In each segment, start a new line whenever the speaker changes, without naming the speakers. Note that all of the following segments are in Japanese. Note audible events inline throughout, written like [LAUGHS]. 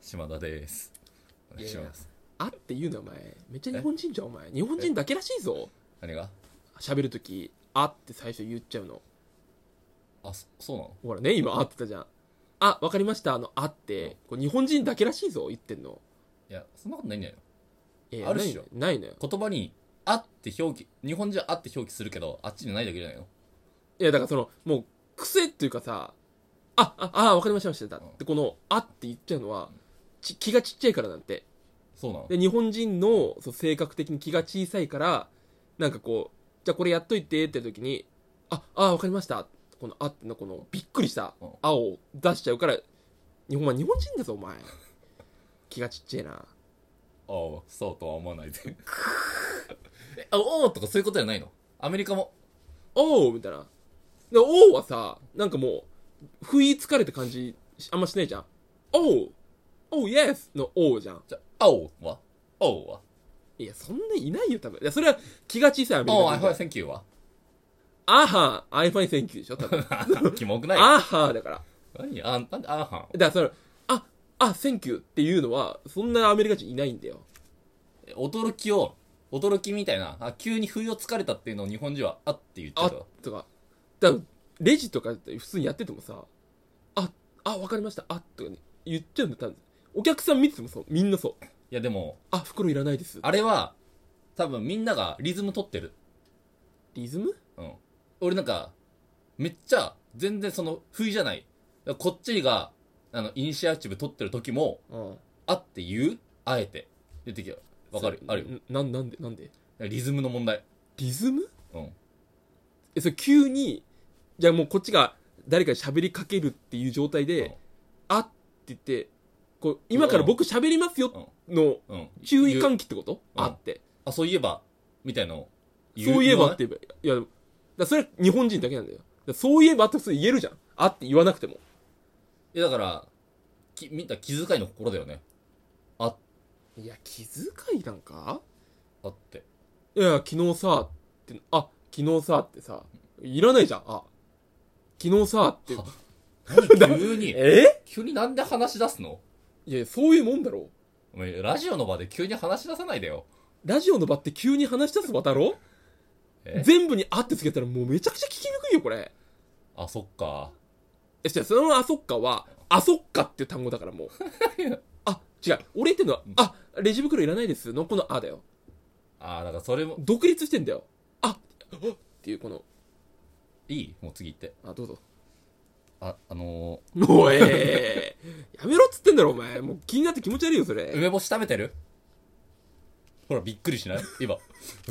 島田ですお願いし
いや
ます
あって言うなお前めっちゃ日本人じゃんお前日本人だけらしいぞ
何が
喋るときあって最初言っちゃうの
あそそうなの
ほらね今あって言ったじゃんあわかりましたあのあってこれ日本人だけらしいぞ言ってんの
いやそんなことないんだよ
いや
あるっしょ
ないのよないのよ
言葉に「あ」って表記日本人は「あ」って表記するけどあっちにないだけじゃないの
いやだからそのもう癖っていうかさあああわかりましたわかりました
うん
でこのあって言っちゃうのはち気がちっちゃいからなんて
そうなの
で日本人のそう性格的に気が小さいからなんかこうじゃあこれやっといてって時に「ああ分かりました」この「あ」ってのこのびっくりした
うん
「あ」を出しちゃうから日本は日本人だぞお前 [LAUGHS] 気がちっちゃいな
ああそうとは思わないでえあおおとかそういうことじゃないのアメリカも
「おう」みたいなで「おう」はさなんかもう不意つかれた感じしあんましないじゃん「おう」「おうイエス」の「おう」じゃん
じゃあおはおうはい
やそんないないよ多分いやそれは気が小さいアメリ
おう
カ
あ
人
は
じゃん
センキ
[LAUGHS]
ューは
あはん iPhone thank you でしょ多
[LAUGHS]
分
キモくない
あはだから
何あなんであはん
だからその、あ、あ、センキューっていうのは、そんなアメリカ人いないんだよ。
え驚きを驚きみたいなあ急に不意をつかれたっていうのを日本人は「あ」って言っちゃ
あ
うと、
とか。だからレジとかって普通にやっててもさ、あ、あ、わかりました、あ、とかね、言っちゃうんだよ、多分。お客さん見ててもそう、みんなそう。
いやでも
あ、袋いらないです。
あれは多分みんながリズム取ってる
リズム
うん。俺なんか、めっちゃ、全然その、不意じゃない。だからこっちが、あの、イニシアチブ取ってる時も、
うん。
あって言うあえて。言ってきよ。わかる
そ
あるよ。
な、なんで、なんで
リズムの問題。
リズム
うん。
え、それ急に、じゃあもうこっちが誰かに喋りかけるっていう状態で、
うん
あって言って、こう今から僕喋りますよの
うん。
注意
言う
喚起ってこと、
うん
あって。
あ、そういえば、みたいの
そういえばっ。
言
て言えば、いや、だからそれは日本人だけなんだよ。だからそういえばって普通言えるじゃん。あって言わなくても。
言わないいや、だから、き、みんな気遣いの心だよね。
いや、気遣いなんか
あって。
[LAUGHS] いや、昨日さ、って、あ、昨日さってさ、いらないじゃん、あ。昨日さって。
何急に、
え
急になんで話し出すの
いや、そういうもんだろ。
お前、ラジオの場で急に話し出さないでよ。
ラジオの場って急に話し出す場だろ
え
全部にあってつけたらもうめちゃくちゃ聞きにくいよ、これ。
あ、そっか。
え、じゃあそのあそっかは、あそっかっていう単語だか
[LAUGHS]
らもう。あ、違う。俺言ってんのは、あ、レジ袋いらないですのこのあだよ。
あー、だからそれも、
独立してんだよああっていうこの
いいもう次行って。
あどうぞ
あ、あの
おいや
[LAUGHS]
めろっつってんだろお前もう気になって気持ち悪いよそ
ー
れ
梅干し食べてるほら、びっくりしない今。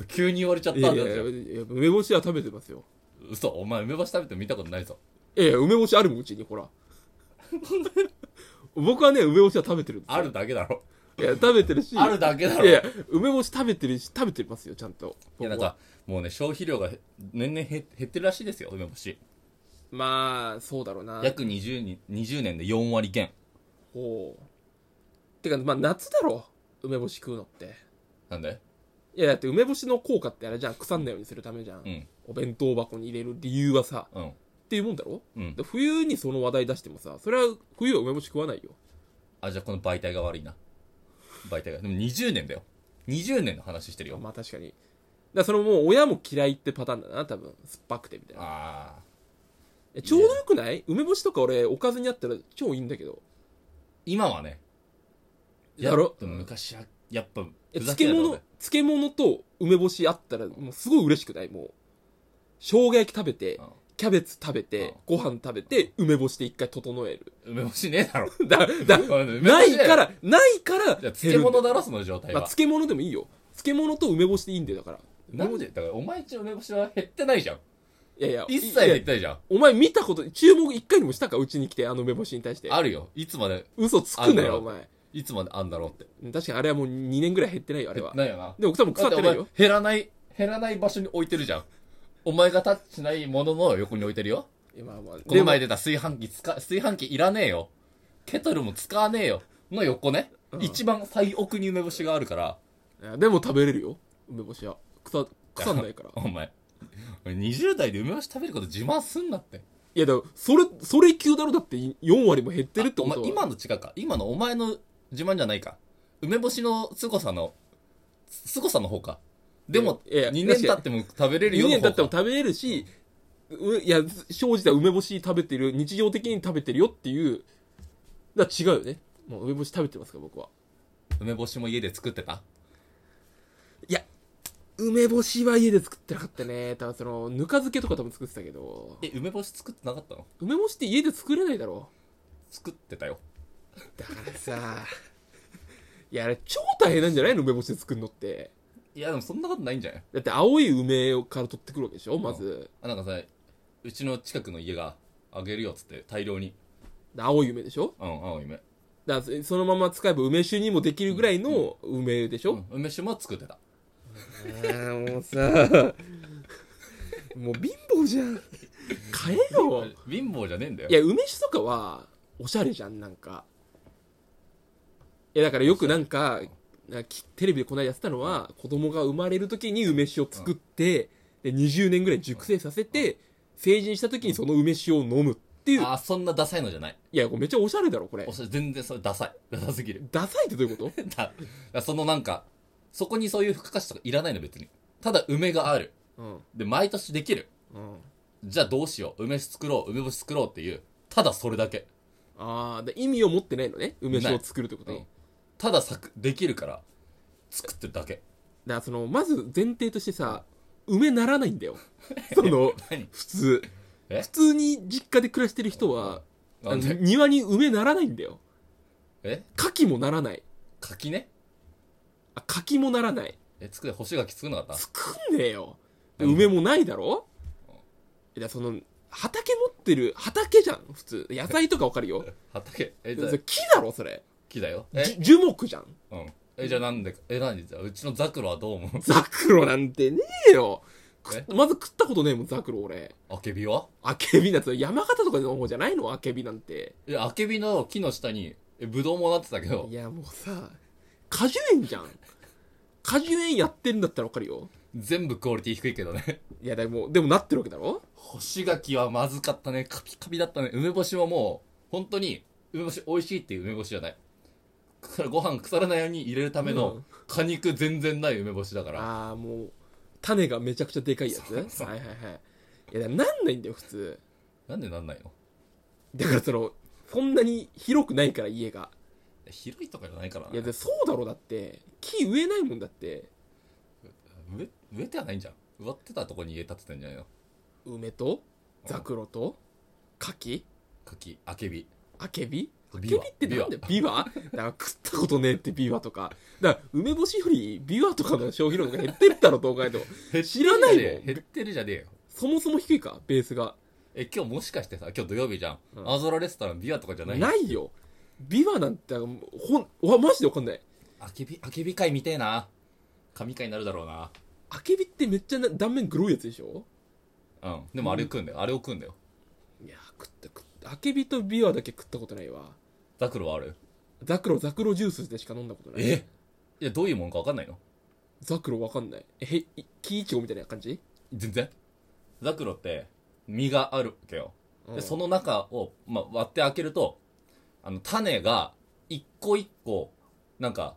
急に言われちゃった
い
んだ
や
っ
いや
て。
いや梅干しは食べてますよ
嘘、お前梅干し食べて見たことないぞ。
いやいや梅干しあるもんうち
[LAUGHS]
にほら僕はね梅干しは食べてるんですよ
あるだけだろ。
いや食べてるし
あるだけだろ。
い
いや
やいや梅干し食べてるし食べてますよちゃんと僕は
なんか、もうね、消費量が年々減減ってるらしいですよ、梅干し。
まあそうだろうな
約20に20年で4割減。
ほうてかまあ夏だろ梅干し食うのって
なんで
いやだって梅干しの効果ってあれじゃん腐んないようにするためじゃん、
うん、
お弁当箱に入れる理由はさ
うん、
っていうもんだろ
うん。
で冬にその話題出してもさそれは冬は梅干し食わないよ
あ、じゃあこの媒体が悪いな。媒体が。でも20年だよ。20年の話してるよ。
まあ確かにだからそのもう親も嫌いってパターンだな多分酸っぱくてみたいな
ああ。
えちょうどよくない梅干しとか俺おかずにあったら超いいんだけど
今はね。
やろ
でも昔は、やっぱ、
え
ふざ
漬
けんなよ
物漬物と梅干しあったらもうすごい嬉しくないもう生姜焼き食べて
うん
キャベツ食べてご飯食べて梅干しで一回整える [LAUGHS]
梅干しねえだろ。
だだないか。らないから
じゃあ
減る
漬物だろ、その状態
まあ、
は。
漬物でもいいよ漬物と梅干しでいいんだよだから
なんでだから、お前んちの梅干しは減ってないじゃん。
いやいや
一切
いや
減ってないじゃん。
お前見たこと注目一回にもしたかうちに来てあの梅干しに対して
あるよ。いつまで、
嘘つくな
あ
よ
の
お前
いつまであんだろうって。
確かにあれはもう2年ぐらい減ってないよあれは
ないよな。
でも多分腐って
だ
ない
てお
よ
前減らない、減らない場所に置いてるじゃん。お前がタッチしないものの横に置いてるよ。
いやまあまあ
この前
で
出た炊飯器使、炊飯器いらねえよ。ケトルも使わねえよ。の横ね。
ん
一番最奥に梅干しがあるから。
もいやでも食べれるよ梅干しは腐腐んないから
お前。20代で梅干し食べること自慢すんなって。
いやだからそれそれ級だろだって4割も減ってるって
あお
こと
前
は
今の違うか今のお前の自慢じゃないか。梅干しの凄さの、す凄さの方か。でも、
いやいや
2年経っても食べれるよ
2
うな
年
方
経っても食べれるし、ういや、生じた梅干し食べてる、日常的に食べてるよっていう、だから違うよね。もう梅干し食べてますから、僕は。
梅干しも家で作ってた
いや、梅干しは家で作ってなかったね。ただその、ぬか漬けとか多分作ってたけど、
え、梅干し作ってなかったの
梅干しって家で作れないだろ。
作ってたよ。
だからさ、いや、あれ超大変なんじゃないの梅干しで作るのって。
いや、でもそんなことないんじゃない
だって青い梅から取ってくるわけでしょ、まず。
あ、なんかさ、うちの近くの家があげるよっつって、大量に。
青い梅でしょ
うん、青い梅。
だからそそのまま使えば梅酒にもできるぐらいの梅でしょ、
うん梅酒も作ってた。
あもうさもう貧乏じゃん買えよ
貧乏じゃねえんだよ。
いや梅酒とかはおしゃれじゃんなんかいやだからよくなんかなんかきテレビでこの間やってたのは子供が生まれる時に梅酒を作ってで20年ぐらい熟成させて成人した時にその梅酒を飲むっていう
あ、そんなダサいのじゃない。
いやこれめっちゃおしゃれだろこれ
おそれ全然それダサい。ダサすぎる。
ダサいってどういうこと
だだからそのなんか、そこにそういう付加価値とかいらないの別に。ただ梅がある。
うん
で、毎年できる。
うん
じゃあどうしよう。梅酒作ろう。梅干し作ろうっていう。ただそれだけ。
ああ意味を持ってないのね梅酒を作るってこと
う
に、
ん。ただ作、できるから、作ってるだけ。
だからそのまず前提としてさ梅ならないんだよ [LAUGHS] その
何
普通
え
普通に実家で暮らしてる人は
なん
あの
で
庭に梅ならないんだよ
え
牡蠣もならない
柿ね
あ柿もならない
え、作れ、干し柿作んなかった
作んねえよで
なんで
梅もないだろいやその畑持ってる畑じゃん普通野菜とかわかるよ
畑え、じ
で
ゃあ
それ木だろそれ
木だよ。
じ
え
ゅ樹木じゃん
うん。え、じゃあなんで、え、なんでじゃあうちのザクロはどう思う
ザクロなんてねえよく
え
まず食ったことねえもんザクロ俺
あけびは
あけびなんて山形とかの方じゃないのあけびなんて
え、あけびの木の下に、え、ぶどうもなってたけど
い、やもうさ果樹園じゃん果樹園やってんだったらわかるよ
全部クオリティ低いけどね。
いやでもでもなってるわけだろ
干し柿はまずかったね。カピカピだったね。梅干しはもう、本当に、梅干し美味しいっていう梅干しじゃない。腐ご飯腐らないように入れるため
う
の
ん、
果肉全然ない梅干しだから。
ああもう種がめちゃくちゃでかいやつ
そうそう
はいはいはいいやだからなんないんだよ普通
なんでなんないの
だからそのそんなに広くないから家が
え広いとかじゃないから
い
ね。
やでそうだろうだって木植えないもんだって
植え、植えてはないんじゃん。植わってたとこに家建ててんじゃないの
梅とザクロと柿
柿、あけび。
あけびあけ
ビ
び
ワ
ってなんだよビワだから食ったことねえってビワとかだから梅干しよりビワとかの消費量が減ってったろどう考えても知らないもん
減ってるじゃねえよ。
そもそも低いかベースが
え、今日もしかしてさ、今日土曜日じゃん。
うん
青空レストラン、ビアとかじゃない
ないよビワなんてほんわマジでわかんない
あけび、あけび会みてえな。神会になるだろうな。
あけびってめっちゃな断面黒いやつでしょ
うん。でもあれ食うんだよ。あれを食うんだよ。
いや食った食ったあけびとビワだけ食ったことないわ
ザクロはある
ザクロザクロジュースでしか飲んだことない
えいや、どういうもんかわかんないの
ザクロわかんないえへい木いちごみたいな感じ
全然。ザクロって、実があるわけよ。
うん
で、その中を、まあ、割って開けると、あの、種が、一個一個、なんか、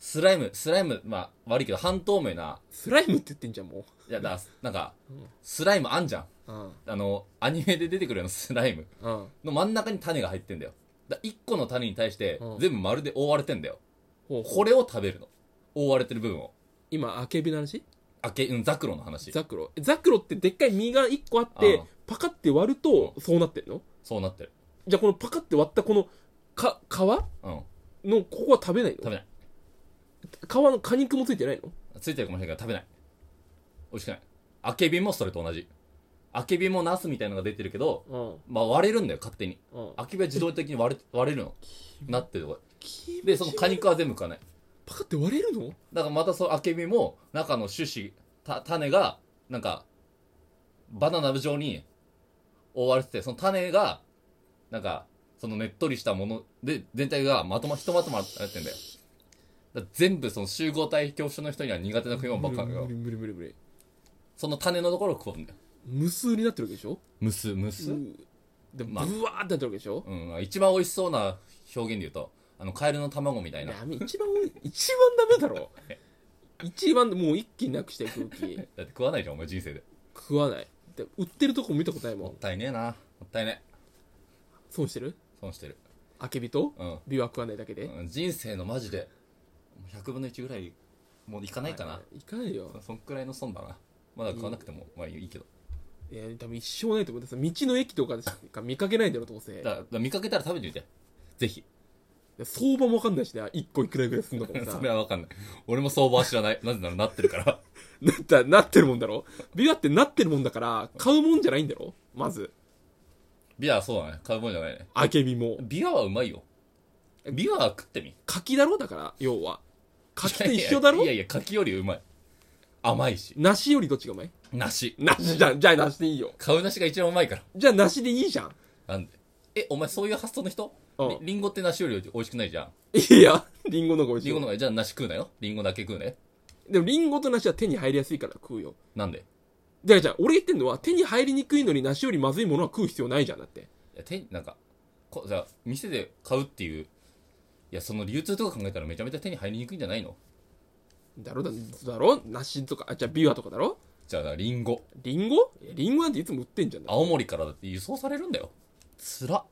スライム、スライム、まあ、悪いけど、半透明な、
スライムって言ってんじゃんも
いや、だから、なんか
うん、
スライムあんじゃん。
ううん
あの、アニメで出てくるような [LAUGHS] スライム
うん
の真ん中に種が入ってんだよ。だ1個の種に対して
うん
全部丸で覆われてんだよ。
ほう
これを食べるの。覆われてる部分を。
今あけびの話
あけ、うん、ザクロの話。
ザクロザクロってでっかい実が1個あって
ああ
パカって割るとそうなってんの
そうなってる。
じゃあこのパカって割ったこのか皮
うん。
のここは食べないの
食べない。
皮の果肉もついてないの
ついてるかもしれないけど食べない。美味しくない。あけびもそれと同じ。あけびもナスみたいなのが出てるけど、
う
まあ割れるんだよ、勝手に。
んうん
あけびは自動的に割れ、 [LAUGHS] 割れるの。なってるとこ
気持ち
で、その果肉は全部食わない。
パカって割れるの
だからまたそのあけびも中の種子た種がなんかバナナ状に覆われててその種がなんかそのねっとりしたもので全体がまとまひとまとまってなってんだよだから全部その集合体恐怖症の人には苦手な食い物ばっかなんだけ
無
ど
理無理無理無理
その種のところを食うんだよ
無数になってるわけでしょ
むすむす
うで
まあ
ブワーってなってるわけでしょ
うん一番美味しそうな表現で言うとあの、カエルの卵みたいな。
ダメ一番多い一番ダメだろ一番もう一気になくしたい空気
だって食わないじゃん、お前人生で。
食わないで売ってるとこ見たことないも
も
ん
ったいねえな。もったいねえ。
損してる
損してる。
あけびと
うん。
ビワ食わないだけで、
うん人生のマジで、100分の1ぐらい、もういかないかな。
いかないよ
そそんくらいの損だな。まだ食わなくても、まあいいけど。
いや多分一生ないと思う道の駅とかでしか見かけないんだろどうせ
だだから見かけたら食べてみて。ぜひ。
相場もわかんないしね1個いくらぐらいすんのかもさ
[LAUGHS] それはわかんない。俺も相場は知らない。なぜならなってるから。
なったなってるもんだろビワってなってるもんだから買うもんじゃないんだろまず
[LAUGHS] ビアはそうだね。買うもんじゃないね。
あけびも
ビアはうまいよ。ビアは食ってみ。
柿だろだから要は柿と一緒だろ
いやいやいや、柿よりうまい。甘いし。
梨よりどっちがうまい
梨。
梨じゃんじゃあ梨でいいよ
買う梨が一番うまいから。
じゃあ梨でいいじゃん
なんで。え、お前そういう発想の人
うん
りリンゴって梨より美味しくないじゃん。
いやリンゴの方が美味しい
リンゴの方がじゃあ梨食うなよ。リンゴだけ食うね。
でもリンゴと梨は手に入りやすいから食うよ
なんで
じゃあじゃあ俺言ってんのは手に入りにくいのに梨よりまずいものは食う必要ないじゃんだっ
い
て
や、手に、なんか、こじゃあ、店で買うっていう、いや、その流通とか考えたらめちゃめちゃ手に入りにくいんじゃないの
だろだだろ梨とかあじゃあビワとかだろ
じゃあ、リンゴ。
リンゴいやリンゴなんていつも売ってんじゃんだ
青森からだって輸送されるんだよ。つら。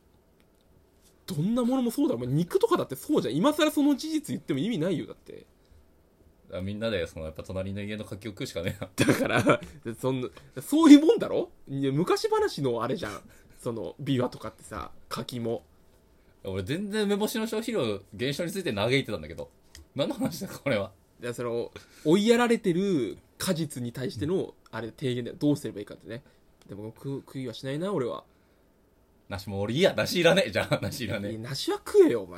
どんなものもそうだろお前肉とかだってそうじゃん今更その事実言っても意味ないよだって
だからみんなで、その、やっぱ隣の家の柿を食うしかねえな。
だからそんなそういうもんだろいや昔話のあれじゃんそのビワとかってさ柿も
俺全然梅干しの消費量減少について嘆いてたんだけど。何の話だこれは。
でその追いやられてる果実に対してのあれ提言でどうすればいいかってねでも食う食いはしないな俺は、
梨もう俺いいや、梨いらねえ。じゃあ、梨いらねえ
いや。梨は食えよお前